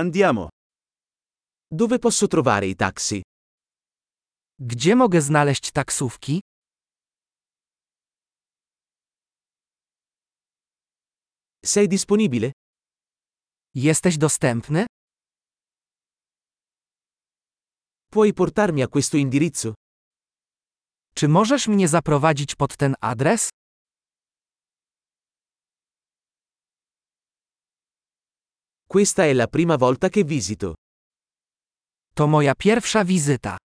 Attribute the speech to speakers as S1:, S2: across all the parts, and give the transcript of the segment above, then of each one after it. S1: Andiamo. Dove posso trovare i taxi?
S2: Gdzie mogę znaleźć taksówki?
S1: Sei disponibile?
S2: Jesteś dostępny?
S1: Puoi portarmi a questo indirizzo?
S2: Czy możesz mnie zaprowadzić pod ten adres?
S1: Questa è la prima volta che visito.
S2: To moja pierwsza wizyta.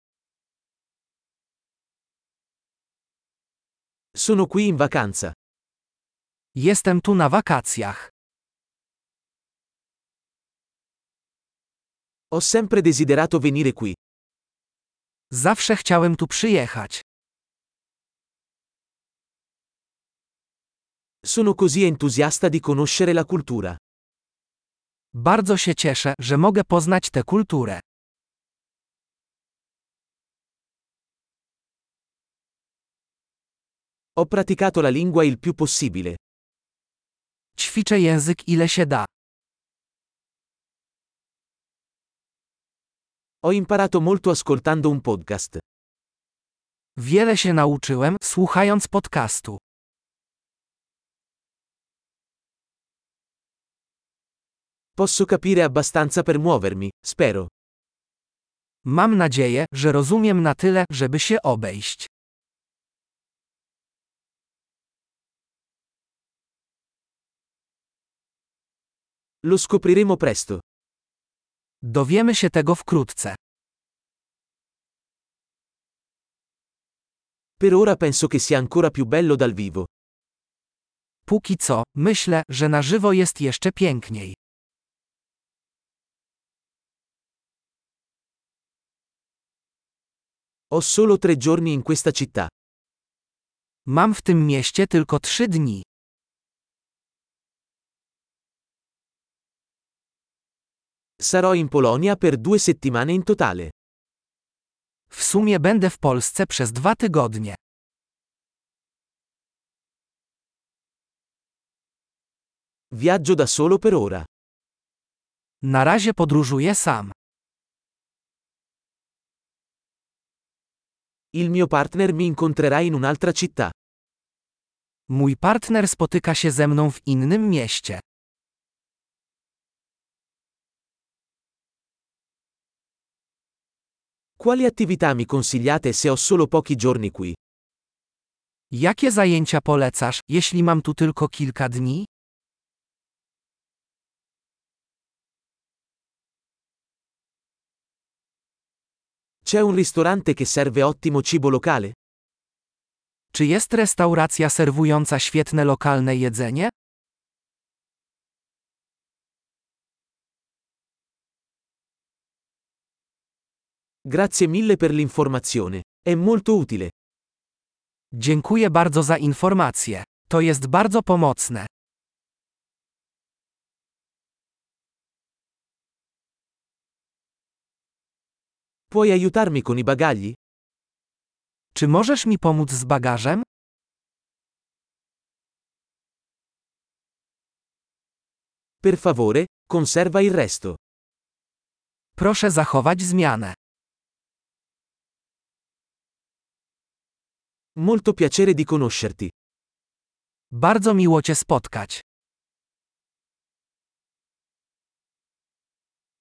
S1: Sono qui in vacanza.
S2: Jestem tu na wakacjach.
S1: Ho sempre desiderato venire qui.
S2: Zawsze chciałem tu przyjechać.
S1: Sono così entusiasta di conoscere la cultura.
S2: Bardzo się cieszę, że mogę poznać tę kulturę.
S1: Ho praticato la lingua il più possibile.
S2: Ćwiczę język ile się da.
S1: Ho imparato molto ascoltando un podcast.
S2: Wiele się nauczyłem, słuchając podcastu.
S1: Posso capire abbastanza per muovermi, spero.
S2: Mam nadzieję, że rozumiem na tyle, żeby się obejść.
S1: Lo scopriremo presto.
S2: Dowiemy się tego wkrótce.
S1: Per ora penso che sia ancora più bello dal vivo.
S2: Póki co, myślę, że na żywo jest jeszcze piękniej.
S1: Ho solo tre giorni in questa città.
S2: Mam w tym mieście tylko trzy dni.
S1: Sarò in Polonia per due settimane in totale.
S2: W sumie będę w Polsce przez dwa tygodnie.
S1: Viaggio da solo per ora.
S2: Na razie podróżuję sam.
S1: Il mio partner mi incontrerà in un'altra città.
S2: Mój partner spotyka się ze mną w innym mieście.
S1: Quali attività mi consigliate se ho solo pochi giorni qui?
S2: Jakie zajęcia polecasz, jeśli mam tu tylko kilka dni?
S1: C'è un ristorante che serve ottimo cibo locale?
S2: Czy jest restauracja serwująca świetne lokalne jedzenie?
S1: Grazie mille per l'informazione. È molto utile.
S2: Dziękuję bardzo za informację. To jest bardzo pomocne.
S1: Puoi aiutarmi con i bagagli?
S2: Czy możesz mi pomóc z bagażem?
S1: Per favore, conserva il resto.
S2: Proszę zachować zmianę.
S1: Molto piacere di conoscerti.
S2: Bardzo miło Cię spotkać.